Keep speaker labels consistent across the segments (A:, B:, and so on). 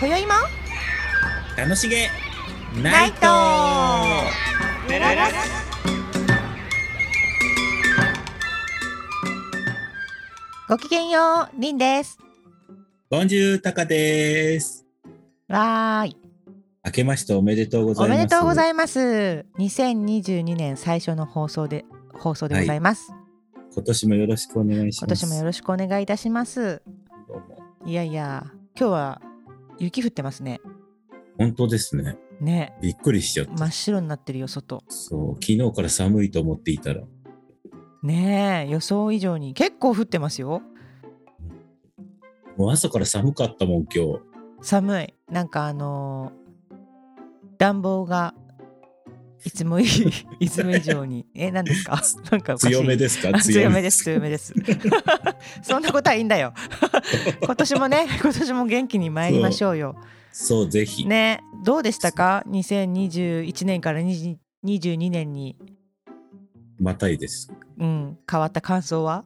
A: 今宵も
B: 楽しげ
A: ナ
B: ナ
A: イ
B: イ
A: ト
B: ト
A: ごきげんようりんです
B: ボンジュータカです
A: わーい
B: 明けましておめでとうござ
A: お
B: いま
A: め
B: す
A: でとうございます2022年最初の放送で放送でございます、
B: 今年もよろしくお願いし
A: 今
B: ます
A: 年もよろしくお願いいたします
B: どうも
A: いやいや今日は雪降ってますね
B: 本当ですね
A: ね
B: びっくりしちゃった、
A: 真っ白になってるよ外
B: そう昨日から寒いと思っていたら
A: ねえ予想以上に結構降ってますよ
B: もう朝から寒かったもん今日
A: 寒いなんかあのー暖房がいつ もいいいつも以上にえ何ですかなんかおかしい
B: 強めですか
A: あ強めです強めです そんなことはいいんだよ 今年もね今年も元気に参りましょうよ
B: そうぜひ、
A: ねどうでしたか2021年から20 22年に、
B: またいです
A: うん、変わった感想は、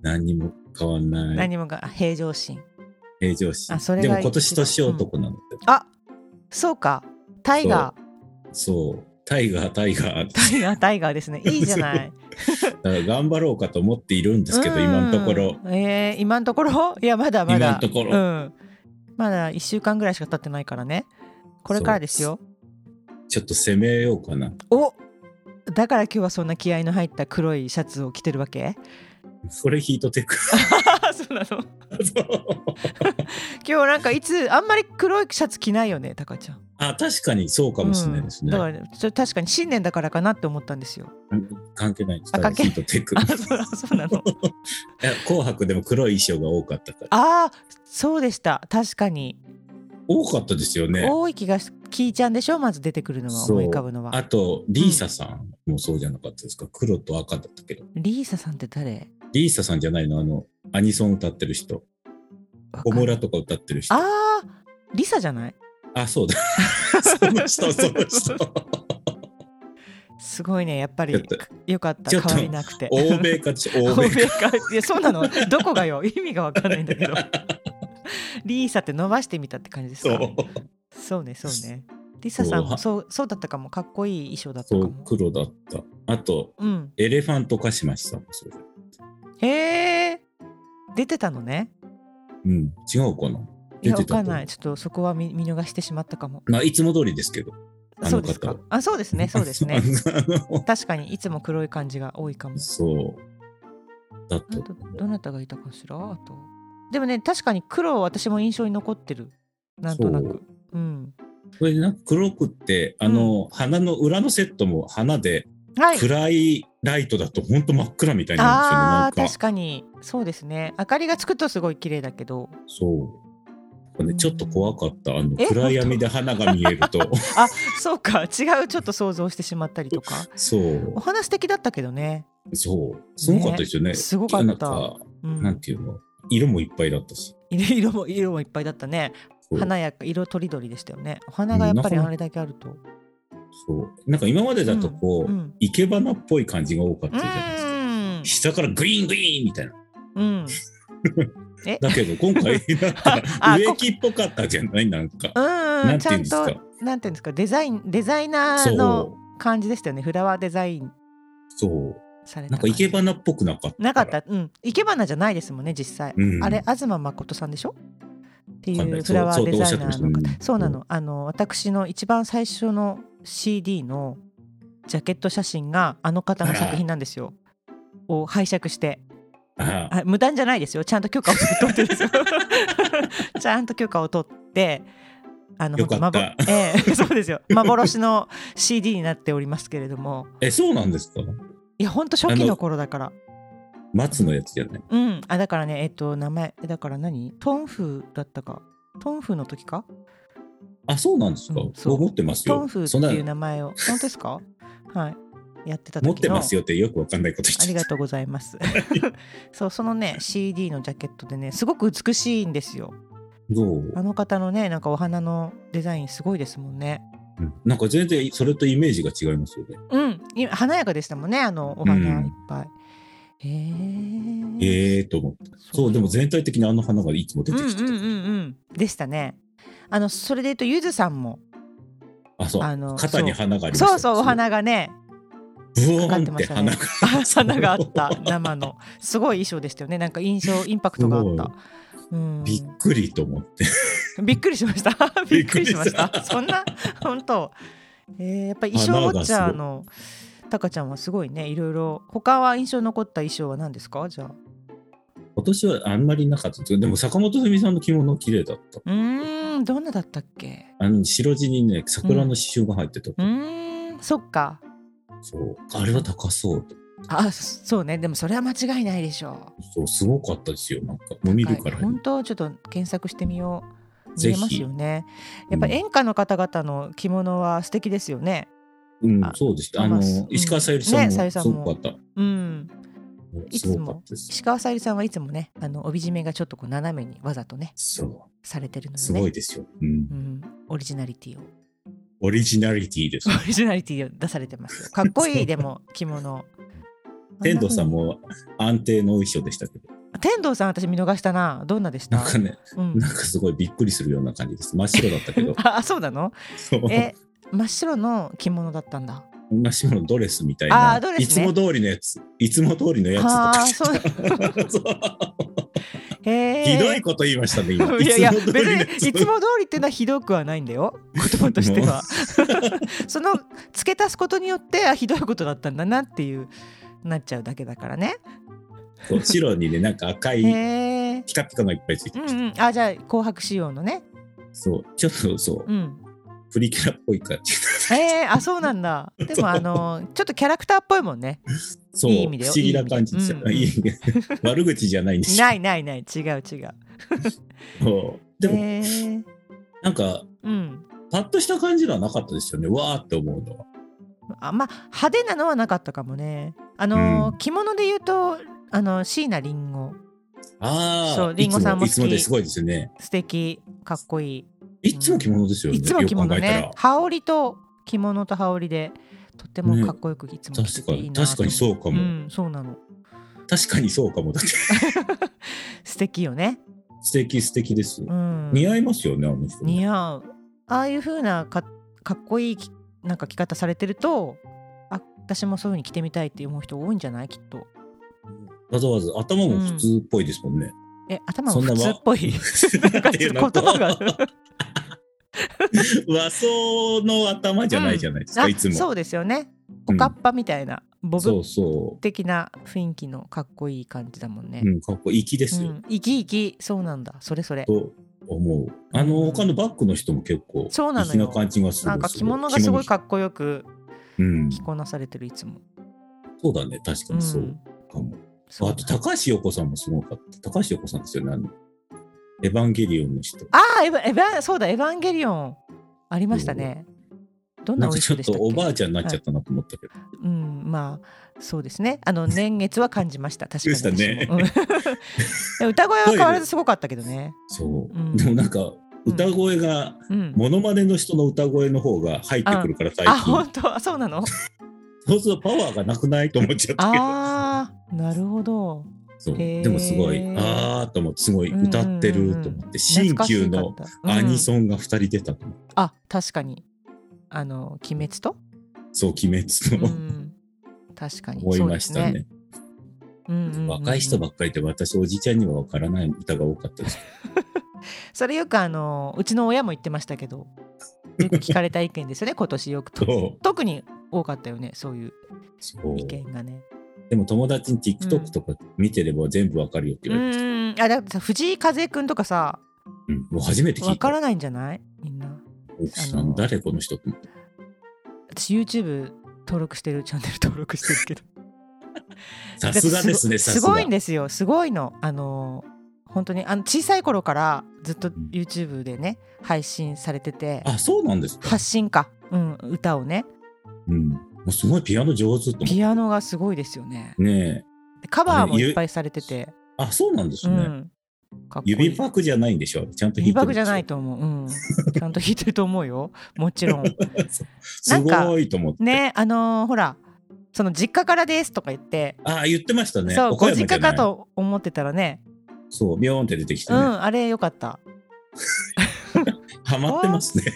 B: 何にも変わんない
A: 何もがあ平常心
B: 平常心
A: あそれが
B: でも
A: 一番
B: 今年年男なので、
A: あそうかタイガー
B: そうタイガータ イガー
A: タイガータイガーですねいいじゃない
B: だから頑張ろうかと思っているんですけど、今のところ。
A: うん。えー今のところ いやまだまだ。
B: 今のとこ
A: う
B: ろ
A: ん。まだ1週間ぐらいしか経ってないからね。これからですよ。
B: ちょっと攻めようかな。
A: おだから今日はそんな気合いの入った黒いシャツを着てるわ け
B: それヒートテック。
A: そうなの 今日なんかいつあんまり黒いシャツ着ないよねタカちゃん
B: あ、確かにそうかもしれないです
A: うん
B: ね。
A: だからねちょ確かに新年だからかなって思ったんです よ
B: 関係ないです。
A: あ
B: ただ
A: 関係
B: ヒートテック。
A: あそうなそうなの
B: いや紅白でも黒い衣装が多かったから。
A: ああそうでした確かに、
B: 多かったですよね。
A: 多い気がしキイちゃんでしょまず出てくるのは
B: そう
A: 思い浮かぶのは
B: あと、リーサさんもそうじゃなかったですか。黒と赤だったけど。
A: リーサさんって誰
B: リーサさんじゃないのあの、アニソン歌ってる人。
A: わか
B: 小
A: んない
B: 村とか歌ってる人。
A: ああ、リサじゃない
B: あ、そう だ。その人、その人。
A: すごいね、やっぱ
B: ちょ
A: り
B: っと
A: よかった、
B: ちょっと
A: 変わりなくて。
B: 欧 米かち、欧
A: 欧
B: 米か。
A: 米か。いや、そうなの。どこがよ。意味がわかんないんだけど。 リーサって伸ばしてみたって感じです
B: そ
A: か
B: う。
A: そうね、そうね。リサさんもそうそうだったかも。かっこいい衣装だった
B: そ
A: か
B: う
A: も。
B: 黒だった。あと、
A: うん。
B: エレファントカシマシさんもそうだ
A: へえ。出てたのね。
B: うん、違うかな。
A: いや、
B: 出
A: わ
B: てた
A: かんない。ちょっとそこは見見逃してしまったかも。
B: まあ、いつも通りですけど。あの方
A: そうですか。あ、そうですね、そうですね。
B: あの
A: 確かにいつも黒い感じが多いかも。
B: そう。だ
A: あ
B: と
A: とどなたがいたかしらあとでもね確かに黒は私も印象に残ってるなんとな
B: そ
A: く
B: う
A: うん
B: これなんか黒くって、あの、花の裏のセットも花で、
A: はい
B: 暗いライトだと本当真っ暗みたいな
A: あ
B: ん
A: ー
B: ですよね。なん
A: 確
B: か。
A: かにそうですね明かりがつくとすごい綺麗だけど
B: そう。なんか
A: う
B: ね、
A: ん
B: ちょっと怖かった。あの
A: え
B: 暗闇で花が見えると。
A: あそうか違うちょっと想像してしまったりとか
B: そう
A: お。話素敵だったけどね
B: そう。すごかったですよね。
A: ねすごかった
B: なんか、
A: う
B: なん
A: ん
B: ていうの、色もいっぱいだったし。
A: 色色も色もいっぱいだったね
B: そう
A: 華やか色とりどりでしたよねお花がやっぱりあれだけあると
B: そう。なんか今までだとこう、
A: うん
B: 生け花っぽい感じが多かっ
A: う
B: たじゃないですか。
A: ん
B: 下からグイーングイーンみたいな。
A: うんえ
B: だけど今 回なんか
A: あ
B: 植木っぽかったじゃないなんか。
A: うん
B: な
A: うん
B: ん
A: ち
B: て
A: ゃ
B: 言うんんですか
A: となんていうんですかデザインデザイナ
B: そ
A: ーの
B: う。
A: 感じでしたよねフラワーデザイン
B: そう。
A: された
B: なんか生け花っぽくなかった。
A: なかったうん生け花じゃないですもんね実際、
B: うん
A: あれ東誠さんでしょって
B: わかん
A: い
B: な
A: う
B: い
A: フラワ
B: そ
A: ー
B: う
A: デザイナ
B: そうお
A: ー
B: っしゃっ
A: の方
B: てましたね
A: そうなのあの私の一番最初の CD のジャケット写真があの方の作品なんですよを拝借して
B: ああ
A: あ無断じゃないですよちゃんと許可を取って ですよちゃんと許可を取ってあの
B: よかった
A: 本当まぼええ、そうですよ幻の CD になっておりますけれども
B: え、そうなんですか
A: いや本当初期の頃だから
B: 松のやつじゃない。
A: うん、あだからねえっと名前えだから何トンフーだったかトンフーの時か
B: あ、そうなんですか、
A: うんそう
B: 僕持ってますよ。
A: トンフー
B: そん
A: っ
B: な
A: ていう名前を本当ですかはいやってた時の
B: 持ってますよってよくわかんないこと言っ
A: あり
B: て
A: がとうござい ますそうそのね CD のジャケットでねすごく美しいんですよ
B: そう
A: あの方のねなんかお花のデザインすごいですもんね
B: うんなんか全然それとイメージが違いますよね。
A: うんい華やかでしたもんねあのお
B: う
A: 花
B: ん
A: いっぱい、へえ
B: ええー、と思って。そう、でも全体的にあの花がいつも出
A: う
B: て
A: んう
B: きてた。
A: んうんうんでしたねあのそれで言うとゆずさんも
B: あ、そう。
A: あの
B: 肩に花がありました
A: そうそうお。花がね
B: ブ
A: か
B: オ
A: かっ
B: ー
A: て
B: ンっ
A: ま
B: て
A: した
B: 花
A: ね
B: が。
A: あ 花があった生のすごい衣装でしたよねなんか印象インパクトがあった。うん、
B: びっくりと思って。
A: びっくりしま した。び
B: び
A: っ
B: っ
A: く
B: く
A: り
B: り
A: し
B: し
A: ま
B: ま
A: し
B: した
A: た。そんな、本当。えー、やっぱり衣
B: あ
A: 装ウ
B: なん
A: ォ
B: か
A: ッチャーの。タカちゃんはすごいね、いろいろ、他は印象に残った衣装は何ですか、じゃあ。
B: 今年はあんまりなかったですけどでも坂本冬美さんの着物綺麗だった。
A: うーん、どんなだったっけ。
B: あの白地にね、桜の刺繍が入ってた。
A: うーん、そっか。
B: そう。あれは高そうと。
A: あ、そそうね、でもそれは間違いないでしょ
B: そう、すごかったですよ。なんか、もう見
A: う。
B: るからに。
A: 本当、ちょっと検索してみよう。見
B: ぜ
A: え
B: ひ
A: ますよね。やっぱ演歌の方々の着物は素敵ですよね。
B: うん
A: あ、
B: そうでした。
A: まあ
B: あの、
A: うん
B: 石川さゆりさんも、
A: ねさゆりさん
B: す
A: も
B: ごかった。
A: うん、い
B: す
A: つ
B: ごか
A: も
B: ったです。
A: 石川さゆりさんはいつもね、あの帯締めがちょっとこう斜めにわざとね、
B: そ
A: されてるの
B: う。
A: ですね
B: ごいですよ。うん
A: う。ん、オリジナリティを
B: オリジナリテ ィです。
A: オリジナリティを出されて ますよかっこい
B: そ
A: いうでも着物
B: 天童
A: あ
B: さん
A: な
B: も安定のお衣装でしたけど、
A: 風に天童さん私見逃したなどんなでした
B: なんかね、
A: うん、
B: なんかすごいびっくりするような感じです。真っ白だったけど
A: あそうなの
B: そう
A: え真っ白の着物だったんだ
B: 真っ白のドレスみたい
A: あ
B: な、
A: ードレスね
B: いつも通りのやつ、いつも通りのや
A: あー
B: つと
A: そう
B: か言ってた。そう
A: へえ
B: ひどいこと言いましたね、今。
A: いやいや
B: つも
A: 別
B: 通りのや
A: にいつも通りっていうのはひどくはないんだ よ言葉としては その付け足すことによってあひどいことだったんだなっていうなっちゃうだけだからね
B: そう白にね、なんか赤
A: へ
B: い
A: え
B: ピカピカのいっぱいついて
A: う
B: ま
A: ん
B: した。
A: うんあじゃあ紅白仕様のね
B: そう、ちょっとそう、
A: うん
B: プリキュラっぽい感じ。
A: えー、あそうなん だ。でもあのちょっとキャラクターっぽいもんね。
B: そう、
A: いい意
B: 不
A: 味だよ
B: 思議な感じですよ。
A: いい意
B: い
A: 味
B: い意味で悪口じゃないんです
A: ないないない違う違う。
B: そうでも、
A: えー
B: なんか、
A: うん。
B: パッとした感じのはなかったですよね。わーって思うのは。
A: あまあ派手なのはなかったかもね。あの、
B: うん
A: 着物で言うとあの椎名林檎
B: ああ、
A: そうリンゴさんも好き
B: いつもいつもですごいですよね。
A: 素敵かっこい
B: いつも着物ですよ
A: い。い
B: ね。
A: つも着物
B: よく考え
A: ね。羽織と着物と羽織でとってもかっこよくいつも着てていいなと思う、
B: ね確かに確かにそうかも
A: うんそうなの。
B: たら。確かにそうかも。だって
A: 素敵よね。
B: 素敵素敵です。
A: うん。
B: 似合いますよね、あの人。
A: 似合うああいう風なかかっこいいきなんか着方されてるとあ私もそういう風に着てみたいって思う人多いんじゃないきっと
B: わざわざ頭も普通っぽいですもんね。
A: え頭
B: そ
A: も
B: んな
A: 普
B: わ
A: 通っぽいなんかちょっと言葉が
B: 和装の頭 じゃないじゃないですか、
A: うん
B: いつ
A: あそ
B: も。
A: うですよねお
B: うん
A: かっぱみたいな、ボ
B: そ
A: ブ
B: うそう。
A: 的な雰囲気のかっこいい感じだもんね、
B: うん、かっこいい気です
A: う
B: よ。
A: ん生き生きそうなんだそれそれ
B: と思う。あの、
A: うん
B: 他のバッグの人も結構、
A: そうなのよ
B: 粋な感じがする。
A: なんか着物がすごい
B: か
A: かっこよく
B: うん。
A: 着こなされてるいつも、
B: そうだね、確か
A: うん、
B: にそうかも。
A: そう
B: あと、高橋洋子さんもすごかった。高橋洋子さんですよね。あのエヴァンゲリオンの人。
A: ああ、エヴァ、エヴァ、そうだ、エヴァンゲリオン。ありましたね。どん
B: な
A: なんお
B: か
A: 衣装
B: ちょっ
A: でした
B: と
A: っけ。
B: おばあちゃんになっちゃったなと思ったけど。
A: うん、まあ、そうですね。あの年月は感じ ました。確かに私も。
B: でしたね
A: うん で歌声は変わらずすごかったけど ね。
B: そう、
A: うん
B: でもなんか歌声が、
A: うん。
B: モノマネの人の歌声の方が入ってくるから最
A: あ、
B: 近
A: 本当、あそうな の。
B: そうするとパワーがなくないと思っちゃったけど
A: ああ、なるほど。
B: そう
A: へー
B: でもすごいあーと思ってすごい歌ってると思って、新旧の
A: 懐かしかった
B: アニ
A: うん。
B: ソンが2人出たと思う、
A: あ、確かに。あの、鬼滅と。
B: そう鬼滅
A: う
B: の、
A: ん。確かに。
B: 思いました
A: そう
B: ね
A: です。うんうんうんうん
B: 若い人ばっかりで私おじいちゃんにはわからない歌が多かったです
A: それよくあのうちの親も言ってましたけどよく聞かれた意見ですよね 今年よくと
B: けど
A: 特に多かったよねそういう
B: そう
A: 意見がね
B: でも友達に TikTok とか見てれば全部わかるよって
A: う
B: 言われて、
A: ーんあだってさ藤井風くんとかさ
B: うんもう初めて聞
A: わ
B: い
A: か
B: た
A: らないんじゃないみんな
B: おじさ
A: あの
B: ん誰この人と思って
A: 私 YouTube 登録してるチャンネル 登録してるけど
B: さすがですねさ
A: す
B: すが
A: ごいんですよすごいのあの本当にあの小さい頃からずっと YouTube でね配信されてて
B: あそうなんですか
A: 発信か、うん、歌をね
B: うん、もうすごいピアノ上手と思って
A: ピアノがすごいですよね
B: ねえ
A: でカバーも
B: あれゆ
A: いっぱいされてて
B: あそうなんです
A: う
B: ね、
A: ん、かっこいい
B: 指パクじゃないんでしょちゃんと弾
A: 指
B: いてる
A: パ
B: ん
A: ク
B: でしょ
A: じゃないと思う、うん、ちゃんと弾いてると思う よもちろんな
B: す
A: んか
B: ごいと思って、
A: ねあのーほらその実家からですとか言って、
B: あ言ってましたね
A: そうご
B: 岡山
A: 実
B: じゃ
A: 家
B: ない
A: かと思ってたらね
B: そうビョーンって出てきて
A: う
B: ね、
A: んあれよかった。
B: ハマってますね。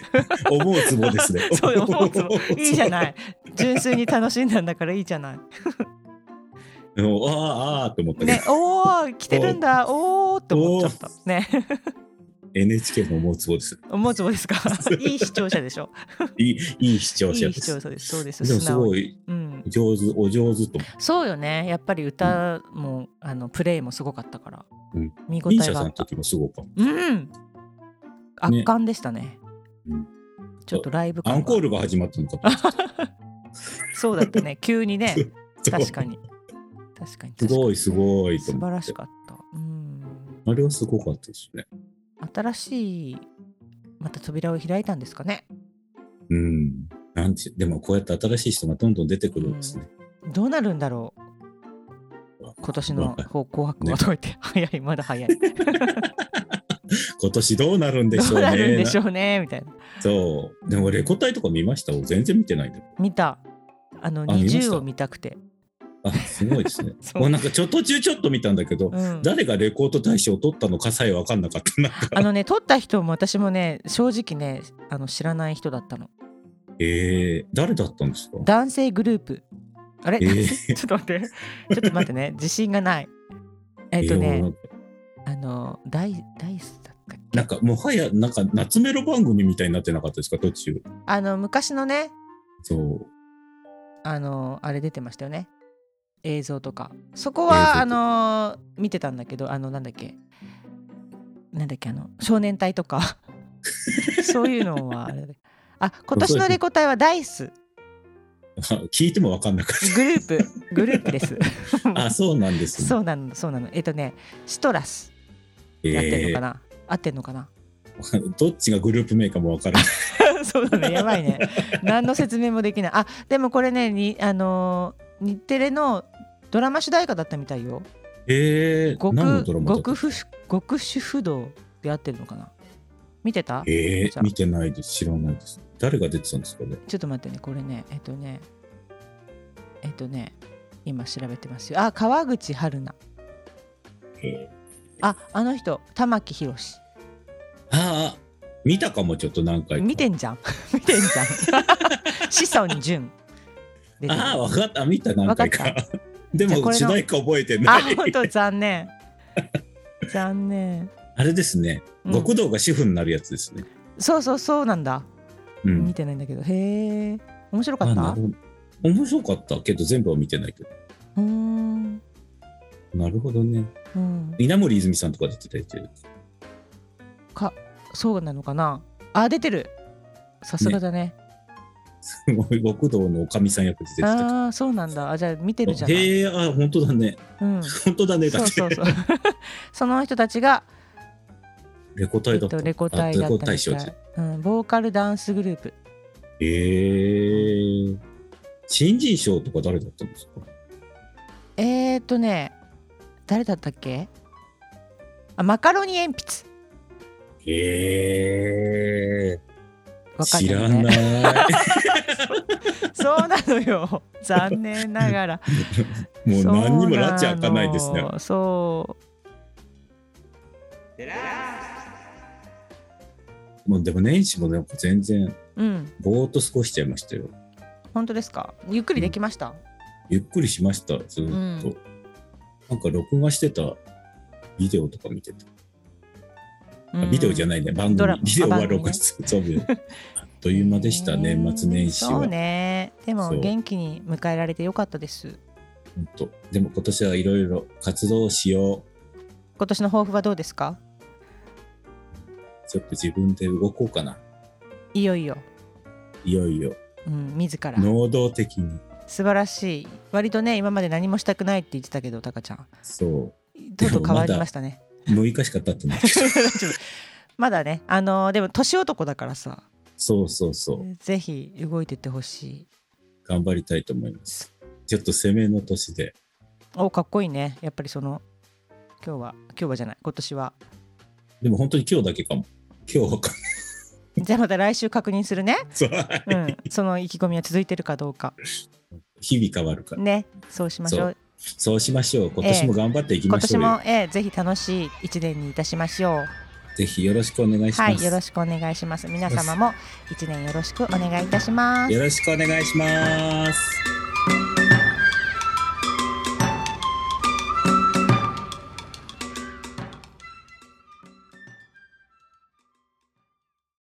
B: 思うツボですね
A: そう思うツボいいじゃ ない。純粋に楽しんだんだからいいじゃない。
B: うん。ああ、ああ、と思ったけど
A: ね、、おお、来てるんだ、おおって思っちゃった。ね、
B: NHK の思うツボです。
A: 思うつぼですか。いい視聴者でしょ。
B: いい、いい視聴
A: い
B: 者
A: い
B: で
A: 視
B: す。
A: 聴者です。そうです。
B: でも
A: 素
B: す
A: 直
B: ご
A: に。
B: い
A: うん。
B: 上手、お上手と思
A: そうよね。やっぱり歌も、あのプレイもすごかったから。
B: うん
A: 見
B: う。
A: 応え
B: ミーシャ
A: が
B: さ
A: あ
B: ん
A: っ
B: の
A: た。
B: 時もすごかった。
A: うん。圧巻でしたね。
B: うん
A: ちょっとライブ感
B: ア
A: が
B: ンコールが始まったのかと思っ
A: そうだった ね。急にね。
B: た。
A: 確か。に。確かに。
B: すごい、すごいと
A: 素
B: 思って。
A: 晴らしかった。うん。
B: あれはすごかったですね。
A: 新しい。また扉を開いたんですかね。
B: うん。なんて、でもこうやって新しい人がどんどん出てくるんですね。
A: どうなるんだろう今年の
B: まあ
A: 方紅白はどうやって、早いまだ早いど
B: 今年どうなるんでしょ
A: う
B: う
A: なるん
B: ね
A: で。しょうねみたいな
B: そう。でもレコ大とか見ました俺全然見てないんだけど
A: 見たあの
B: あ見ました
A: 20を見たくて。
B: あ、すごいですね
A: そう
B: もうなんかちょっと中ちょっと見たんだけ
A: う
B: ど、
A: ん
B: 誰がレコード大賞を取ったのかさえ分かんなかった。な んか
A: あのね撮った人も私もね正直ねあの知らない人だったの
B: えー、誰だったんですか
A: 男性グループあれ、
B: え ー
A: ちょっと待ってちょっと待ってね自信がないえっと
B: えー
A: ね
B: もう
A: あのダイダイスだったっけ
B: なんかもはや、なんか夏メロ番組みたいになってなかったですか、途中。
A: あの昔のね
B: そう。
A: あのあれ出てましたよね映像とかそこ
B: 映
A: はあ
B: 像と
A: の見てたんだけどあのなんだっけなんだっけあの少年隊と かそういうのはあれだあ今年のレコ隊はダイス
B: 聞いても分かんなかっ
A: グループグループです
B: た。あ、そうなんですね。
A: そうなのそうなのえっとねシトラス
B: え
A: やってんの
B: ー
A: かな、合ってんのかな
B: どっちがグルー プ名かも分からない。
A: そうだねやばい ね何の説明もできないあでもこれねにあのー日テレのドラマ主題歌だったみたいよ
B: えー、
A: 極
B: 何のドラマだった
A: 極不極主不動でやってるのかな見てた、
B: え
A: じゃ
B: ー、
A: あ
B: 見てないです。知らないです。誰が出てたんですかね。
A: ちょっと待ってねこれねえっとねえっとね今調べてますよあ川口春奈
B: え
A: ああの人玉木宏
B: ーああ、見たかも、ちょっと何回か。
A: 見てんじゃん 見てん じゃん志尊淳出てる
B: ああ、分かった、見た、何回
A: わ
B: か
A: か。
B: で
A: じゃあこ
B: も、
A: れの
B: 主題歌覚えてな
A: あ
B: い。
A: 本当残念残念
B: あれですね、
A: うん
B: 極道が主婦になるやつですね。
A: そうそうそうなんだ、
B: うん
A: 見。てないんだけどへえ面白かった
B: あなるほど面白かったけど、全部は見てないけど。
A: うーん
B: なるほどね。
A: うん
B: 稲森泉さんとか出てたやつ。
A: かそうなのかなあ出てるさすがだね
B: すごい 極道のおかみさん役で出てたけど。
A: ああそうなんだあじゃあ見てるじゃない、
B: へえ、あ、本当だね。
A: うん、そ
B: 本当だね。
A: う
B: だって。
A: そうそう その人たちが、
B: レコ
A: え
B: 大
A: っ
B: だった。
A: と、レコ大だ
B: あ
A: っ
B: レコ
A: た
B: 大
A: り
B: 賞です。
A: うん、ボーカルダンスグループ
B: へえ。新人賞とか誰だったんですか
A: えー、っとね誰だったっけあマカロニ鉛筆
B: へえ。
A: わかん
B: 知
A: ないよ
B: ら
A: ね
B: な
A: そうなのよ残念ながら
B: い。もう何にも
A: そうの
B: ラチ開かないですね。
A: そう
B: もうでも年始もなんか全然
A: うん
B: ぼーっと過ごしちゃいましたよ。
A: 本当ですかゆっくりできました、
B: ゆっくりしました、ずーっと。
A: うん
B: なんか録画してたビデオとか見てた。あ
A: うん
B: ビデオじゃないね、番
A: ドラ
B: 組。
A: マ
B: ビデオ
A: あ
B: は
A: 番組ね
B: 録画してた。そうビデオあっという間でした、年末年始は。
A: そうねで
B: そ
A: も
B: う
A: 元気に迎えられてよかったです
B: ほんとでも今年はいろいろ活動しよう。
A: 今年の抱負はどうですか
B: ちょっと自分で動こうかな。
A: いよいよ、
B: いよいよ。
A: うん、自ら
B: 能動的に。
A: 素晴らしい割とね今まで何もしたくないって言ってたけどタカちゃんと
B: そ
A: うとう
B: でもまだ
A: 変わりました ね
B: う。6日しか経っ てない。
A: まだねあのーでも年男だからさ
B: そうそうそう。
A: ぜひ動いてってほしい
B: 頑張りたいと思います。ちょっと攻めの年で。
A: おかっこいいねやっぱりその今日は今日はじゃない今年は
B: でも本当に今日だけかも。今日はかも。
A: じゃあまた来週確認するね、
B: そう
A: うん、その意気込みは続いてるかどうか
B: 日々変わるから。
A: ねそうしましょう
B: そうしましょう。今年も頑張っていき
A: 今
B: まし
A: 年
B: ょうよ。
A: も、ええぜひ楽しい一年にいたしましょう。
B: ぜひよろしくお願いします。
A: はい、よろしくお願いします。皆様も一年よろしくお願いいたします。
B: よろしくお願いします。